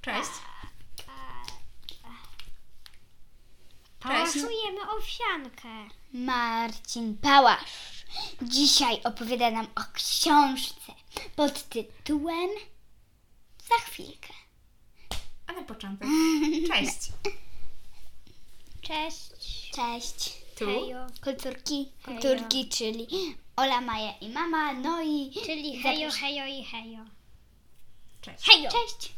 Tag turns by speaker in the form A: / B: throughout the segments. A: Cześć. Cześć.
B: Pałaszujemy owsiankę.
C: Marcin Pałasz dzisiaj opowiada nam o książce pod tytułem Za chwilkę.
A: A na początek. Cześć.
B: Cześć.
C: Cześć.
A: Tu.
B: Hejo.
C: Kulturki. Kulturki, czyli Ola, Maja i mama, no i...
B: Czyli
C: zapraszam-
B: hejo, hejo i hejo.
A: Cześć.
C: Hejo. Cześć.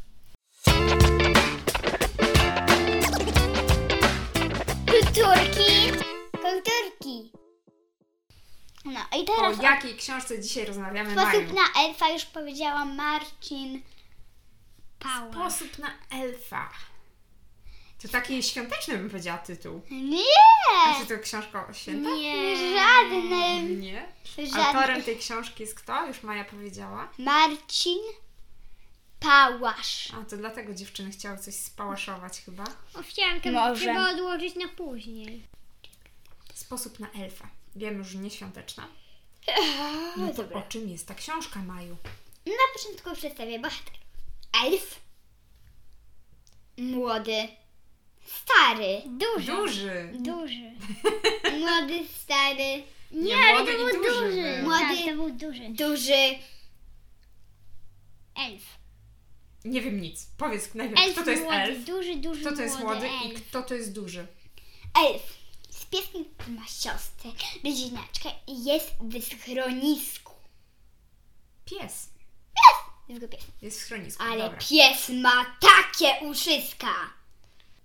C: Kulturki. Kulturki. No i
A: O
C: teraz
A: jakiej książce dzisiaj rozmawiamy,
C: sposób
A: Maju?
C: na elfa już powiedziała Marcin.
B: Pała.
A: Sposób na elfa. To taki świąteczny bym powiedziała tytuł.
C: Nie!
A: Czy to książka o święta?
B: Nie.
C: Żadnym.
A: E. Nie. Autorem
C: Żadnym.
A: tej książki jest kto? Już Maja powiedziała.
C: Marcin Pałasz.
A: A to dlatego dziewczyny chciały coś spałaszować chyba.
B: Owsiankę
C: Może.
B: trzeba odłożyć na później.
A: Sposób na elfa. Wiem, że nie świąteczna. No to o czym jest ta książka, Maju?
C: Na początku przedstawię bohater. Elf. Młody. Stary.
B: Duży.
A: Duży.
B: Duży.
C: Młody, stary.
A: Nie,
B: to
A: młody
B: był
A: i duży.
B: duży.
A: był.
C: Młody.
B: Tak, to był duży.
C: Duży.
B: Elf.
A: Nie wiem nic. Powiedz najpierw,
B: Elf
A: kto to jest
B: młody.
A: elf?
B: Duży, duży,
A: Kto to jest młody i
B: elf.
A: kto to jest duży?
C: Elf. Z pieskiem ma siostrę, bliźniaczkę i jest w schronisku.
A: Pies.
C: Jest go pies.
A: Jest w schronisku.
C: Ale
A: Dobra.
C: pies ma takie uszyska.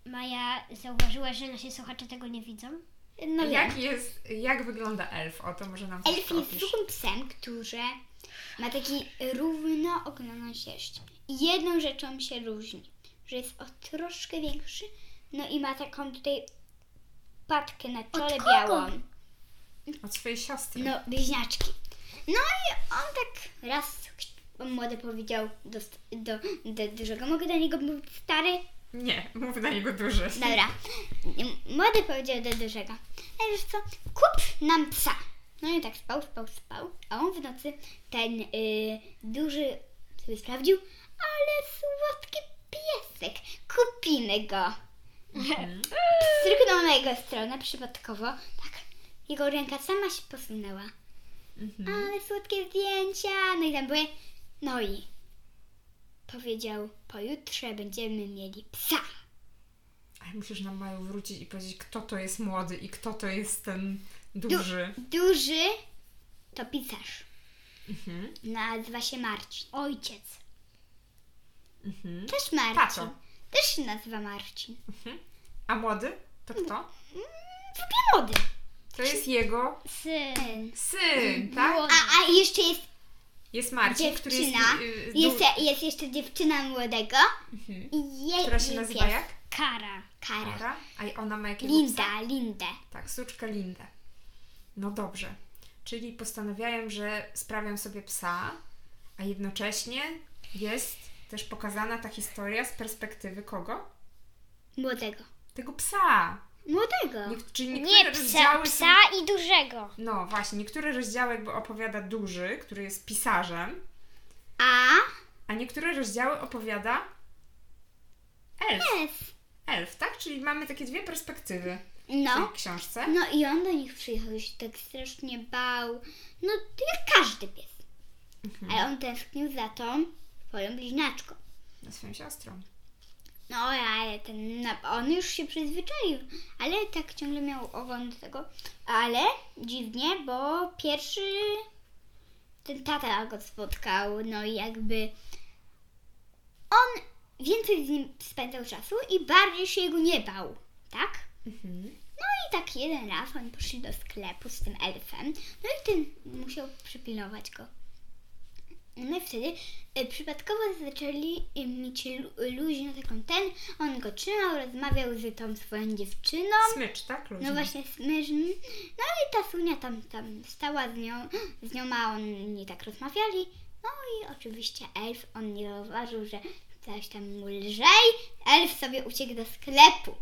B: Maja, zauważyłaś, że nasi słuchacze tego nie widzą?
C: No wiem.
A: Jak jest, jak wygląda elf? O to może nam coś
C: Elf jest
A: opisz.
C: zwykłym psem, który ma taki równoograną sierść. I jedną rzeczą się różni, że jest o troszkę większy, no i ma taką tutaj patkę na czole
B: kogo?
C: białą.
A: Od swojej siostry.
C: No, bliźniaczki. No i on tak raz ch- młody powiedział do, st- do, do dużego, mogę do niego mówić stary?
A: Nie, mów na niego duży.
C: Dobra. Młody powiedział do dużego. Ale wiesz co, kup nam psa. No i tak spał, spał, spał. A on w nocy ten y, duży sobie sprawdził, ale słodki piesek. Kupimy go. Stryknął na jego stronę przypadkowo. Tak. Jego ręka sama się posunęła. Ale słodkie zdjęcia. No i tam były. No i powiedział, pojutrze będziemy mieli psa.
A: Ale musisz nam Maju wrócić i powiedzieć, kto to jest młody i kto to jest ten
C: No.
A: duży.
C: Duży to pisarz.
A: Mhm.
C: Nazywa się Marcin.
B: Ojciec.
A: Mhm.
C: Też Marcin.
A: Tato.
C: Też się nazywa Marcin.
A: Mhm. A młody? To kto?
C: W ogóle młody.
A: To jest jego
B: Syn.
A: syn,
C: Mm,
A: tak?
B: Młody.
C: A, a jeszcze jest
A: Jest Marcin, który jest...
C: no. dziewczyna.
A: y, y, du-
C: Jest, jest jeszcze dziewczyna młodego.
A: Mhm.
C: I jej
A: Która się
C: jej
A: nazywa
C: pies.
A: jak?
B: Kara.
C: Kara.
A: Kara. A ona ma jakiego psa?
C: Linda, Linda.
A: Tak, suczkę Lindę. No dobrze. Czyli postanawiałem, że sprawiam sobie psa, a jednocześnie jest też pokazana ta historia z perspektywy kogo?
C: Młodego.
A: Tego psa.
C: Młodego.
A: Niek- czyli niektóre
B: Nie, psa,
A: rozdziały
B: psa i dużego.
A: Są, no właśnie, niektóre rozdziały jakby opowiada duży, który jest pisarzem,
C: A
A: a niektóre rozdziały opowiada elf.
C: jest.
A: Elf, tak? Czyli mamy takie dwie perspektywy w
C: No.
A: tej książce.
C: No i on do nich przyjechał i się tak strasznie bał. No to jak każdy pies. Ale on tęsknił za tą swoją bliźniaczką.
A: No. Swoją siostrą.
C: No ale ten, no, on już się przyzwyczaił, ale tak ciągle miał ogon do tego. Ale dziwnie, bo pierwszy ten tata go spotkał, no i jakby on więcej z nim spędzał czasu i bardziej się jego nie bał, tak?
A: Mhm.
C: I tak jeden raz oni poszli do sklepu z tym elfem, no i ten musiał przypilnować go. No i wtedy y, przypadkowo zaczęli y, mieć lu- luźno taką ten, on go trzymał, rozmawiał z tą swoją dziewczyną,
A: Smycz, tak? Luźno.
C: no właśnie smyżn, no i ta sunia tam, tam stała z nią, z nią a oni tak rozmawiali, no i oczywiście elf, on nie zauważył, że coś tam mu lżej, elf sobie uciekł do sklepu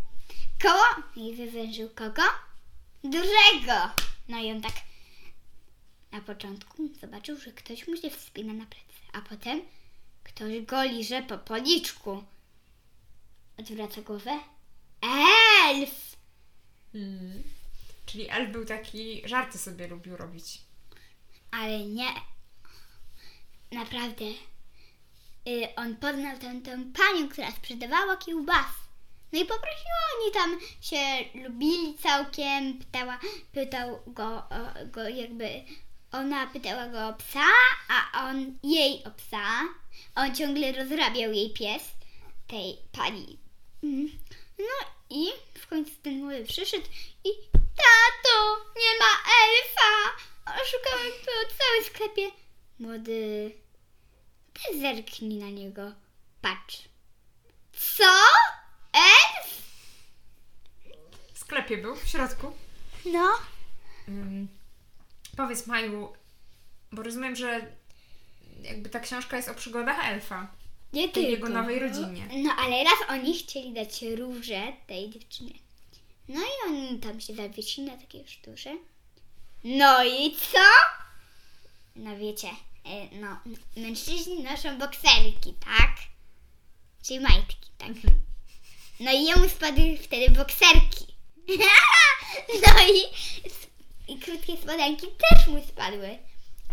C: koło i wywężył kogo? Dużego! No i on tak na początku zobaczył, że ktoś mu się wspina na plecy, a potem ktoś go liże po policzku. odwraca głowę. Elf!
A: Mm. Czyli elf był taki, żarty sobie lubił robić.
C: Ale nie. Naprawdę. Y, on poznał tę, tę panią, która sprzedawała kiełbas. No i poprosiła, oni tam się lubili całkiem, pytała, pytał go, o, go jakby, ona pytała go o psa, a on jej o psa. On ciągle rozrabiał jej pies, tej pani. Mm. No i w końcu ten młody przyszedł i tato, nie ma elfa! Oszukałem po całym sklepie. Młody, ty zerknij na niego. Patrz. Co? Elf?
A: W sklepie był, w środku.
C: No.
A: Mm. Powiedz Maju, bo rozumiem, że jakby ta książka jest o przygodach elfa.
C: Nie
A: tej jego nowej rodzinie.
C: No ale raz oni chcieli dać róże tej dziewczynie. No i oni tam się zawiesili na takiej sztuce. No i co? No wiecie, e, no mężczyźni noszą bokserki, tak? Czyli majtki, tak?
A: Mhm.
C: No i jemu spadły wtedy bokserki. no i, i krótkie spodenki też mu spadły.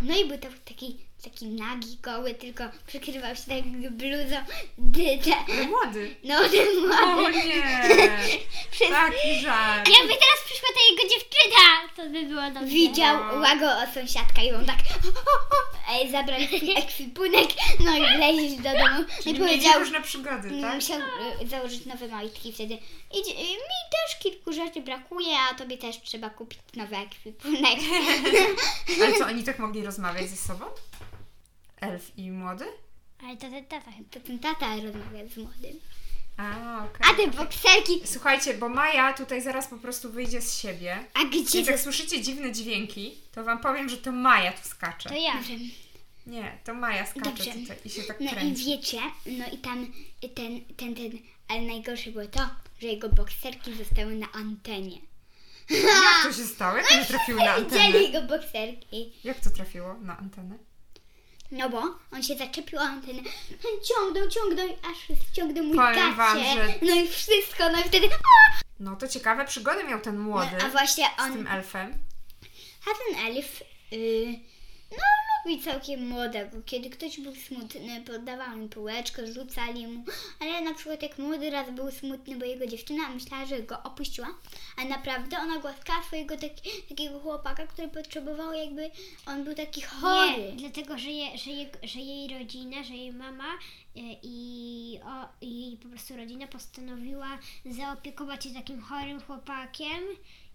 C: No i był to taki, taki nagi, goły, tylko przykrywał się tak bluzą. D- d-
A: Młody.
C: No ten
A: O
C: młody.
A: nie!
C: Przez...
A: Taki żart.
B: Jakby teraz przyszła ta jego dziewczyna, to by było dobrze.
A: No.
C: Widział łago o sąsiadka i on tak Ej, zabrał swój ekwipunek, no i wleźć do domu. No i
A: Czyli mieli
C: powiedział,
A: różne przygody, tak?
C: musiał y, założyć nowe majtki wtedy. Idź, y, mi też kilku rzeczy brakuje, a tobie też trzeba kupić nowy ekwipunek.
A: Ale co, oni tak mogli rozmawiać ze sobą? Elf i młody?
B: Ale to ten tata chyba.
C: To ten tata rozmawia z młodym.
A: A, okej.
C: A te bokserki,
A: Słuchajcie, bo Maja tutaj zaraz po prostu wyjdzie z siebie.
C: a gdzie
A: Więc
C: to?
A: jak słyszycie dziwne dźwięki, to wam powiem, że to Maja tu skacze.
B: To ja.
A: Nie, to Maja skacze
C: Dobrze.
A: tutaj i się tak
C: No i
A: kręci.
C: wiecie, no i tam ten, ten, ten, ale najgorsze było to, że jego bokserki zostały na antenie.
A: Jak to się stało? Jak
C: No
A: to trafił na antenę?
C: Widzieli jego bokserki.
A: Jak to trafiło na antenę?
C: No bo on się zaczepił o antenę, ciągnął, ciągnął, i aż ciągnął mój
A: Powiem
C: gacie.
A: wam, że-
C: No i wszystko, no i wtedy...
A: No to ciekawe przygody miał ten
C: No,
A: młody
C: a właśnie
A: z tym
C: on,
A: elfem.
C: a ten elf, y, no lubi całkiem młodego. Kiedy ktoś był smutny, poddawał mu półeczkę, rzucali mu. Ale na przykład jak młody raz był smutny, bo jego dziewczyna myślała, że go opuściła, a naprawdę ona głaskała swojego tak, takiego chłopaka, który potrzebował jakby, on był taki chory.
B: Nie, dlatego, że, je, że, je, że jej rodzina, że jej mama y, i, o, i jej po prostu rodzina postanowiła zaopiekować się takim chorym chłopakiem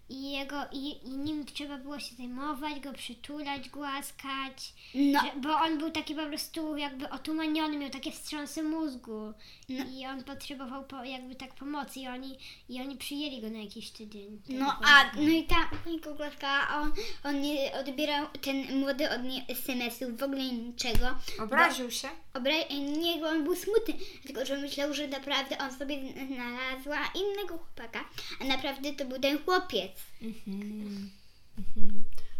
B: i, jego, i, i nim trzeba było się zajmować, go przytulać, głaskać,
C: No,
B: że, bo on był taki po prostu jakby otumaniony, miał takie wstrząsy mózgu
C: No.
B: i on potrzebował po, jakby tak pomocy i oni, i oni przyjęli go na jakiś tydzień.
C: No
B: Tego
C: a no i ta pani Koglaska, a on, on nie odbierał ten młody od niej SMS-ów, w ogóle niczego.
A: Obraził się?
C: Obra- e, nie, on był smutny, tylko że myślał, że naprawdę on sobie znalazła innego chłopaka, a naprawdę to był ten chłopiec. Mhm.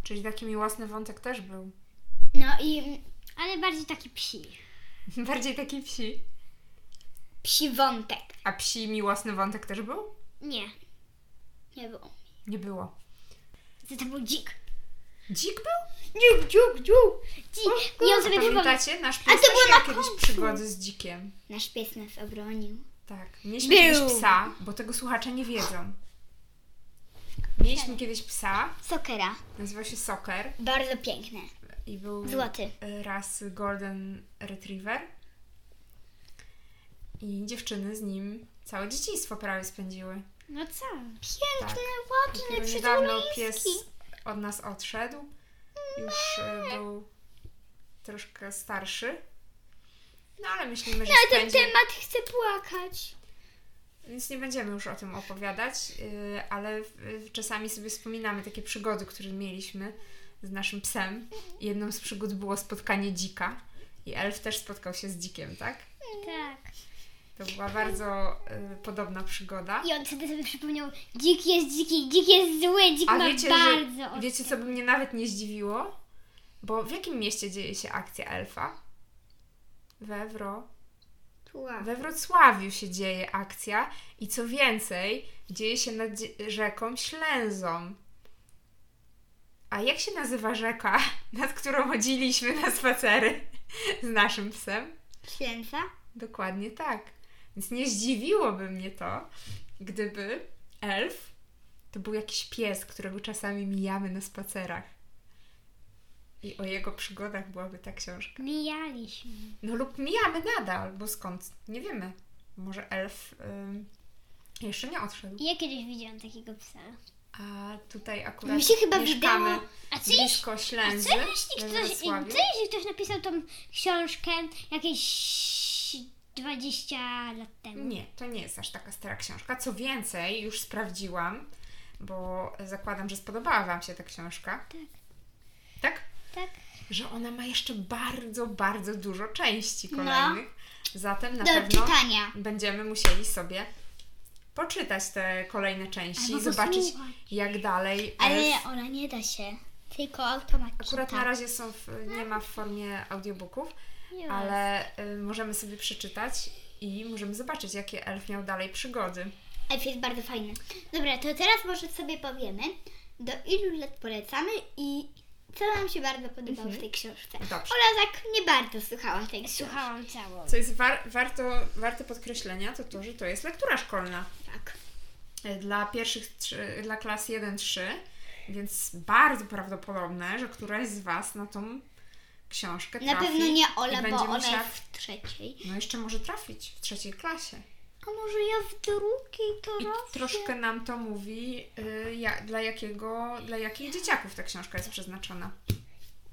A: Czyli taki miłosny wątek też był.
C: No i mm,
B: Ale bardziej taki psi.
A: Bardziej taki psi.
C: psi wątek
A: A psi miłosny wątek też był?
B: Nie,
C: nie było.
A: Nie było.
B: to, to był dzik.
A: Dzik był?
C: Dziuk, dziuk, dziuk.
B: Dzik. I on sobie przypomniał.
A: Pamiętacie? Nasz
C: A
A: pies
C: to
A: też
C: było
A: miał
C: na
A: kiedyś
C: końcu.
A: przygody z dzikiem.
C: Nasz pies nas obronił.
A: Tak. Mieliśmy kiedyś
C: Był.
A: psa, bo tego słuchacze nie wiedzą. Mieliśmy kiedyś psa,
C: Sokera,
A: nazywał się Soker
C: bardzo piękne.
A: Mm. i był
C: Złoty.
A: rasy Golden Retriever. I dziewczyny z nim całe dzieciństwo prawie spędziły.
B: No co?
C: Piękny,
A: Dopiero
C: ładny,
A: Tak. niedawno pies
C: przytuliński.
A: od nas odszedł. Już e, był troszkę starszy. No ale myślimy, że
C: Na ten
A: spędzi...
C: temat chcę płakać.
A: Więc nie będziemy już o tym opowiadać, yy, ale yy, czasami sobie wspominamy takie przygody, które mieliśmy z naszym psem. Jedną z przygód było spotkanie dzika i elf też spotkał się z dzikiem, tak?
B: Tak.
A: To była bardzo yy, podobna przygoda.
B: I on wtedy sobie przypomniał, dzik jest dziki, dzik jest zły, dzik
A: A
B: ma
A: wiecie,
B: bardzo...
A: że,
B: ostre-
A: wiecie, co by mnie nawet nie zdziwiło? Bo w jakim mieście dzieje się akcja elfa? We Wro...
C: Wrocławiu.
A: We Wrocławiu się dzieje akcja i co więcej, dzieje się nad dzie- rzeką Ślęzą. A jak się nazywa rzeka, nad którą chodziliśmy na spacery z naszym psem?
C: Ślęca?
A: Dokładnie tak. Więc nie zdziwiłoby mnie to, gdyby elf to był jakiś pies, którego czasami mijamy na spacerach. I o jego przygodach byłaby ta książka.
B: Mijaliśmy.
A: No lub mijamy nadal, bo skąd? Nie wiemy. Może elf ym, jeszcze nie odszedł.
B: Ja kiedyś widziałam takiego psa.
A: A tutaj akurat
C: Mi się chyba
A: mieszkamy
C: wydało-
B: A co jeśli,
A: blisko
B: a
A: Ślęzy
B: co jeśli,
A: we
B: ktoś, co
A: Wrocławiu.
B: jeśli ktoś napisał tą książkę jakieś 20 lat temu?
A: Nie, to nie jest aż taka stara książka. Co więcej, już sprawdziłam, bo zakładam, że spodobała Wam się ta książka.
B: Tak.
A: Tak?
B: Tak?
A: Że ona ma jeszcze bardzo, bardzo dużo części
B: No.
A: kolejnych. Zatem na
C: Do
A: pewno
C: czytania.
A: będziemy musieli sobie poczytać te kolejne części i
B: Albo
A: zobaczyć,
B: posłuchać.
A: jak dalej.
C: no Ale tak.
A: elf-
C: Ola nie da się. Tylko automat
A: Akurat
C: czyta.
A: na razie są w, nie ma w formie audiobooków,
B: Nie ma.
A: ale y, możemy sobie przeczytać i możemy zobaczyć, jakie elf miał dalej przygody.
C: Elf jest bardzo fajny. Dobra, to teraz może sobie powiemy, do ilu lat polecamy i co nam się bardzo podobało
B: Mhm.
C: w tej książce.
A: Dobrze.
C: Ola tak nie bardzo słuchała tej książki.
B: Słuchałam całą.
A: Co jest war, warto, warte podkreślenia, to to, że to jest lektura szkolna
C: Tak.
A: e, dla pierwszych, trzy- dla klas 1-3, więc bardzo prawdopodobne, że któraś z Was na tą książkę
C: Na
A: trafi
C: pewno nie Ola,
A: i
C: bo
A: będzie
C: Ola
A: musiała-
C: jest w trzeciej.
A: No jeszcze może trafić w trzeciej klasie.
C: A może ja w drugiej to
A: I troszkę nam to mówi, y, ja, dla, jakiego, dla jakich dzieciaków ta książka jest przeznaczona.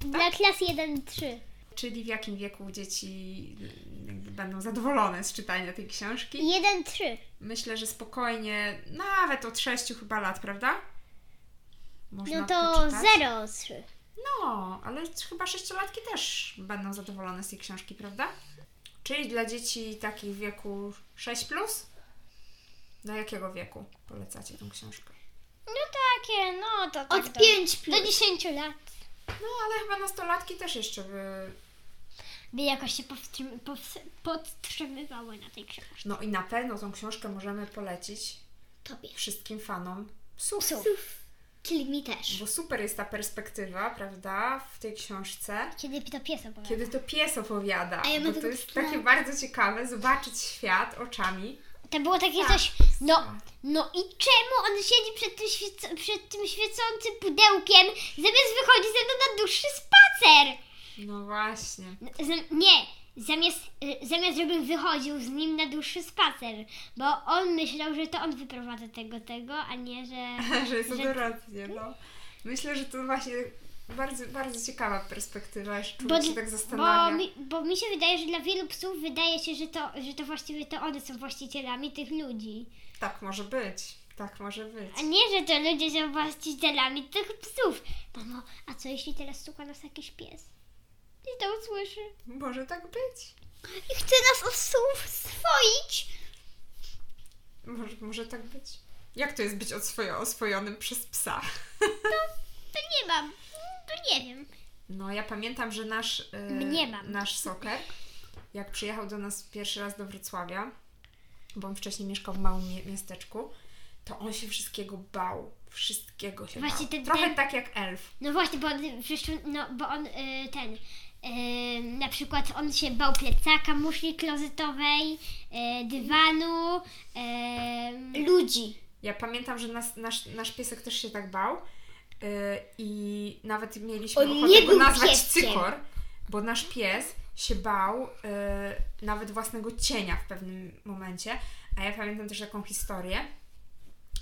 B: Dla klas 1-3.
A: Czyli w jakim wieku dzieci y, jakby będą zadowolone z czytania tej książki.
B: 1-3.
A: Myślę, że spokojnie, nawet od 6 chyba lat, prawda? Można
B: No to
A: poczytać.
B: 0-3.
A: No, ale chyba sześciolatki też będą zadowolone z tej książki, prawda? Czyli dla dzieci takich wieku 6 plus? Do jakiego wieku polecacie tą książkę?
B: No takie, no to tak
C: Od
B: do-
C: 5 plus.
B: do 10 lat.
A: No, ale chyba nastolatki też jeszcze by...
B: By jakoś się powstrzy- powstrzy- podtrzymywały na tej książce.
A: No i na pewno tą książkę możemy polecić
C: Tobie.
A: wszystkim fanom psów.
B: Psów.
C: Czyli mi też.
A: Bo super jest ta perspektywa, prawda, w tej książce.
B: Kiedy to pies opowiada.
A: Kiedy to pies opowiada.
C: A ja tak mam
A: bo to
C: tego
A: jest
C: psa.
A: takie bardzo ciekawe, zobaczyć świat oczami.
B: To było takie
C: Tak.
B: coś, no, no i czemu on siedzi przed tym, świeco- przed tym świecącym pudełkiem, zamiast wychodzić ze mną na dłuższy spacer?
A: No właśnie.
B: No, zam- nie, zamiast, y, zamiast żebym wychodził z nim na dłuższy spacer, bo on myślał, że to on wyprowadza tego, tego, a nie, że...
A: że jest odwrotnie, no. Myślę, że to właśnie bardzo, bardzo ciekawa perspektywa, że człowiek się tak zastanawia.
B: bo, mi, bo mi się wydaje, że dla wielu psów wydaje się, że to, że to właściwie to one są właścicielami tych ludzi.
A: Tak może być, tak może być.
B: A nie, że to ludzie są właścicielami tych psów. Mamo, a co jeśli teraz słucha nas jakiś pies? I to usłyszy.
A: Może tak być.
C: I chce nas oswoić.
A: Może, może tak być. Jak to jest być odswojo- oswojonym przez psa?
B: To nie mam. Mm, To nie wiem.
A: No ja pamiętam, że nasz, e,
B: Mnie mam.
A: nasz soker, jak przyjechał do nas pierwszy raz do Wrocławia, bo on wcześniej mieszkał w małym mie- miasteczku, to on się wszystkiego bał. Wszystkiego się
B: Właśnie
A: bał.
B: ten-
A: Trochę
B: ten-
A: tak jak elf.
B: No właśnie, bo on, przecież, no, bo on y, ten. y, na przykład on się bał plecaka, muszli klozetowej, y, dywanu, y,
C: Ludzi.
A: Ja pamiętam, że nas, nasz, nasz piesek też się tak bał yy, i nawet mieliśmy
C: On
A: ochotę
C: nie
A: go
C: był
A: nazwać
C: pieskiem.
A: cykor, bo nasz pies się bał yy, nawet własnego cienia w pewnym momencie. A ja pamiętam też taką historię,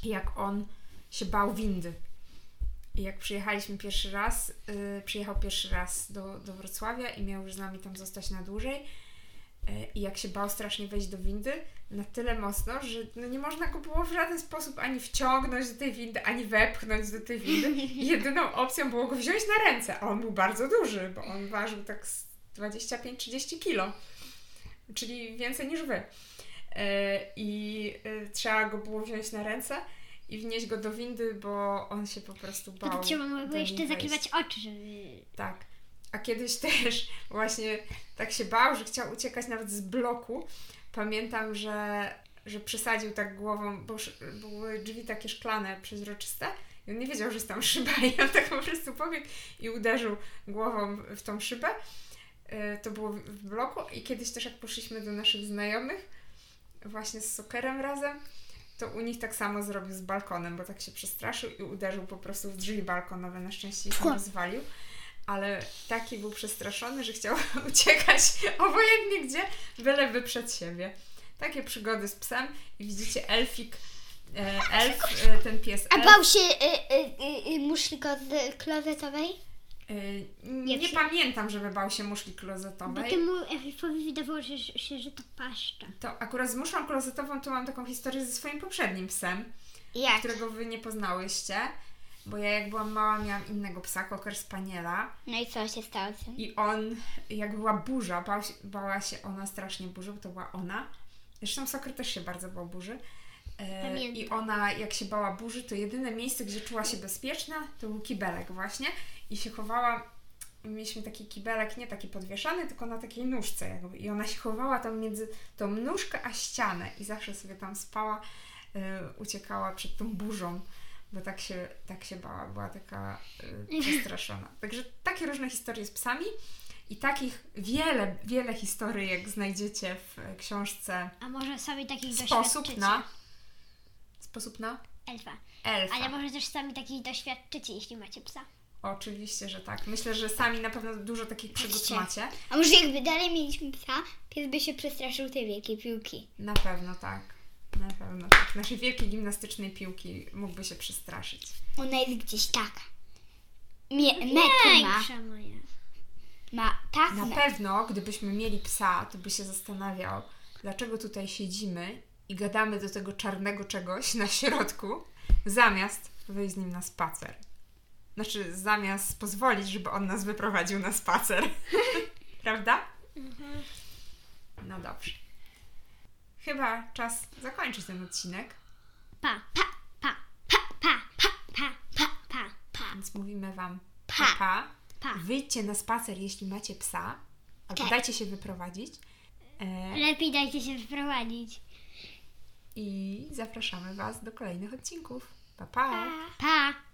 A: jak on się bał windy. I jak przyjechaliśmy pierwszy raz, yy, przyjechał pierwszy raz do, do Wrocławia i miał już z nami tam zostać na dłużej. E, I jak się bał strasznie wejść do windy, na tyle mocno, że no nie można go było w żaden sposób ani wciągnąć do tej windy, ani wepchnąć do tej windy. I Jedyną opcją było go wziąć na ręce, a on był bardzo duży, bo on ważył tak z 25-30 kilo, czyli więcej niż wy. E, I e, trzeba go było wziąć na ręce i wnieść go do windy, bo on się po prostu bał.
B: to trzeba było
A: do niej
B: jeszcze
A: wejść.
B: zakrywać oczy, żeby.
A: Tak. A kiedyś też właśnie tak się bał, że chciał uciekać nawet z bloku, pamiętam, że, że przesadził tak głową, bo sz- były drzwi takie szklane, przezroczyste i on nie wiedział, że jest tam szyba i on tak po prostu pobiegł i uderzył głową w tą szybę. E, To było w- w bloku i kiedyś też jak poszliśmy do naszych znajomych właśnie z Sokerem razem, to u nich tak samo zrobił z balkonem, bo tak się przestraszył i uderzył po prostu w drzwi balkonowe, na szczęście ich nie rozwalił. Ale taki był przestraszony, że chciał uciekać obojętnie gdzie, byleby przed siebie. Takie przygody z psem i widzicie elfik, e, elf, e, ten pies
C: A
A: elf.
C: bał się y, y, y, y, muszli ko- klozetowej?
A: Y,
B: Nie
A: Nie,
B: przy-
A: pamiętam, żeby bał się muszli
B: Bo
A: klozetowej.
B: temu Elfowi wydawało się, że, się, że to paszcza.
A: To akurat z muszlą klozetową to mam taką historię ze swoim poprzednim psem,
B: Tak.
C: Jak?
A: którego wy nie poznałyście. Bo ja jak byłam mała miałam innego psa, koker spaniela
C: No i co się stało z tym?
A: i on, jak była burza, bał się, bała się ona strasznie burzy, bo to była ona. Zresztą Sokry też się bardzo bał burzy. E,
B: Pamiętam.
A: I ona, jak się bała burzy, to jedyne miejsce, gdzie czuła się bezpieczna, to był kibelek właśnie. I się chowała, mieliśmy taki kibelek, nie taki podwieszany, tylko na takiej nóżce jakby. I ona się chowała tam między tą nóżkę a ścianę i zawsze sobie tam spała, e, uciekała przed tą burzą. Bo tak się, tak się bała, była taka e, przestraszona. Także takie różne historie z psami i takich wiele, wiele historyjek znajdziecie w e, książce
B: A może sami takich
A: Sposób
B: doświadczycie.
A: na. Sposób na
B: Elfa.
A: elfa.
B: Ale może też sami takich doświadczycie, jeśli macie psa.
A: Oczywiście, że tak. Myślę, że sami na pewno dużo takich przygód
B: Patrzcie.
A: macie.
C: A może jakby dalej mieliśmy psa, pies by się przestraszył tej wielkiej piłki.
A: Na pewno tak. Na pewno tak. Naszej wielkiej gimnastycznej piłki mógłby się przestraszyć.
C: Ona jest gdzieś taka. Mie- metr ma.
B: Najlepsza moja.
C: Ma tak
A: Na
C: metr.
A: pewno, gdybyśmy mieli psa, to by się zastanawiał, dlaczego tutaj siedzimy i gadamy do tego czarnego czegoś na środku, zamiast wyjść z nim na spacer. Znaczy, zamiast pozwolić, żeby on nas wyprowadził na spacer. Prawda?
B: Mhm.
A: No dobrze. Chyba czas zakończyć ten odcinek,
B: Pa, pa, pa, pa, pa, pa, pa, pa, pa, pa.
A: więc mówimy Wam
C: Pa.
A: pa. pa.
B: Pa.
A: Wyjdźcie na spacer, jeśli macie psa, albo
C: Tak.
A: dajcie się wyprowadzić. E,
B: Lepiej dajcie się wyprowadzić.
A: I zapraszamy Was do kolejnych odcinków. Pa, pa!
B: Pa.